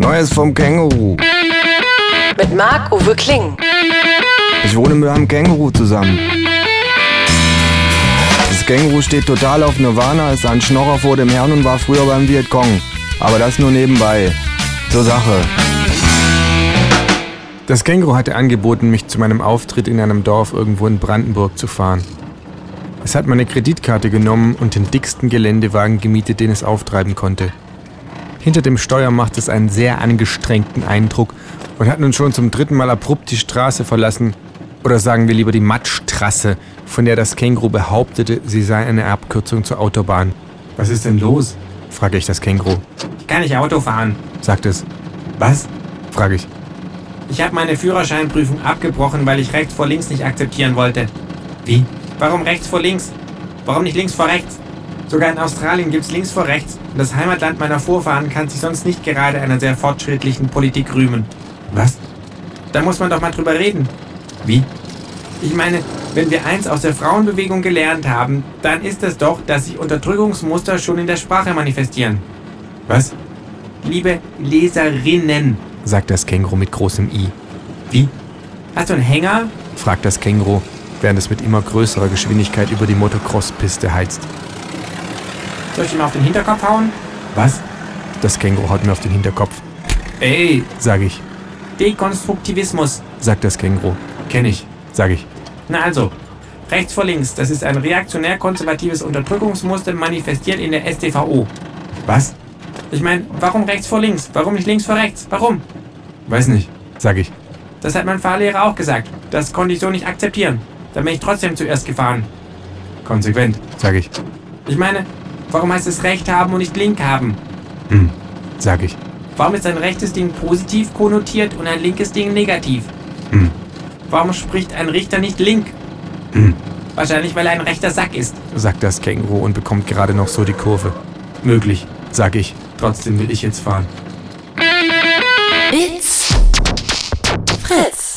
Neues vom Känguru. Mit Marc-Uwe Kling. Ich wohne mit einem Känguru zusammen. Das Känguru steht total auf Nirvana, ist ein Schnorrer vor dem Herrn und war früher beim Vietcong. Aber das nur nebenbei. Zur Sache. Das Känguru hatte angeboten, mich zu meinem Auftritt in einem Dorf irgendwo in Brandenburg zu fahren. Es hat meine Kreditkarte genommen und den dicksten Geländewagen gemietet, den es auftreiben konnte. Hinter dem Steuer macht es einen sehr angestrengten Eindruck und hat nun schon zum dritten Mal abrupt die Straße verlassen, oder sagen wir lieber die Matschtrasse, von der das Känguru behauptete, sie sei eine Abkürzung zur Autobahn. Was ist denn los? frage ich das Känguru. Kann ich Auto fahren? sagt es. Was? frage ich. Ich habe meine Führerscheinprüfung abgebrochen, weil ich rechts vor links nicht akzeptieren wollte. Wie? Warum rechts vor links? Warum nicht links vor rechts? Sogar in Australien gibt's links vor rechts und das Heimatland meiner Vorfahren kann sich sonst nicht gerade einer sehr fortschrittlichen Politik rühmen. Was? Da muss man doch mal drüber reden. Wie? Ich meine, wenn wir eins aus der Frauenbewegung gelernt haben, dann ist es doch, dass sich Unterdrückungsmuster schon in der Sprache manifestieren. Was? Liebe Leserinnen, sagt das Känguru mit großem I. Wie? Hast du einen Hänger? fragt das Känguru, während es mit immer größerer Geschwindigkeit über die Motocross-Piste heizt. Soll ich ihm auf den Hinterkopf hauen? Was? Das Känguru haut mir auf den Hinterkopf. Ey, sage ich. Dekonstruktivismus, sagt das Känguru. Kenn ich, sage ich. Na also, rechts vor links, das ist ein reaktionär-konservatives Unterdrückungsmuster manifestiert in der StVO. Was? Ich meine, warum rechts vor links? Warum nicht links vor rechts? Warum? Weiß nicht, sage ich. Das hat mein Fahrlehrer auch gesagt. Das konnte ich so nicht akzeptieren. Da bin ich trotzdem zuerst gefahren. Konsequent, sage ich. Ich meine, warum heißt es Recht haben und nicht Link haben? Hm, sage ich. Warum ist ein rechtes Ding positiv konnotiert und ein linkes Ding negativ? Hm. Warum spricht ein Richter nicht Link? Hm. Wahrscheinlich, weil er ein rechter Sack ist. sagt das Känguru und bekommt gerade noch so die Kurve. Möglich, sag ich. Trotzdem will ich jetzt fahren. It's Fritz.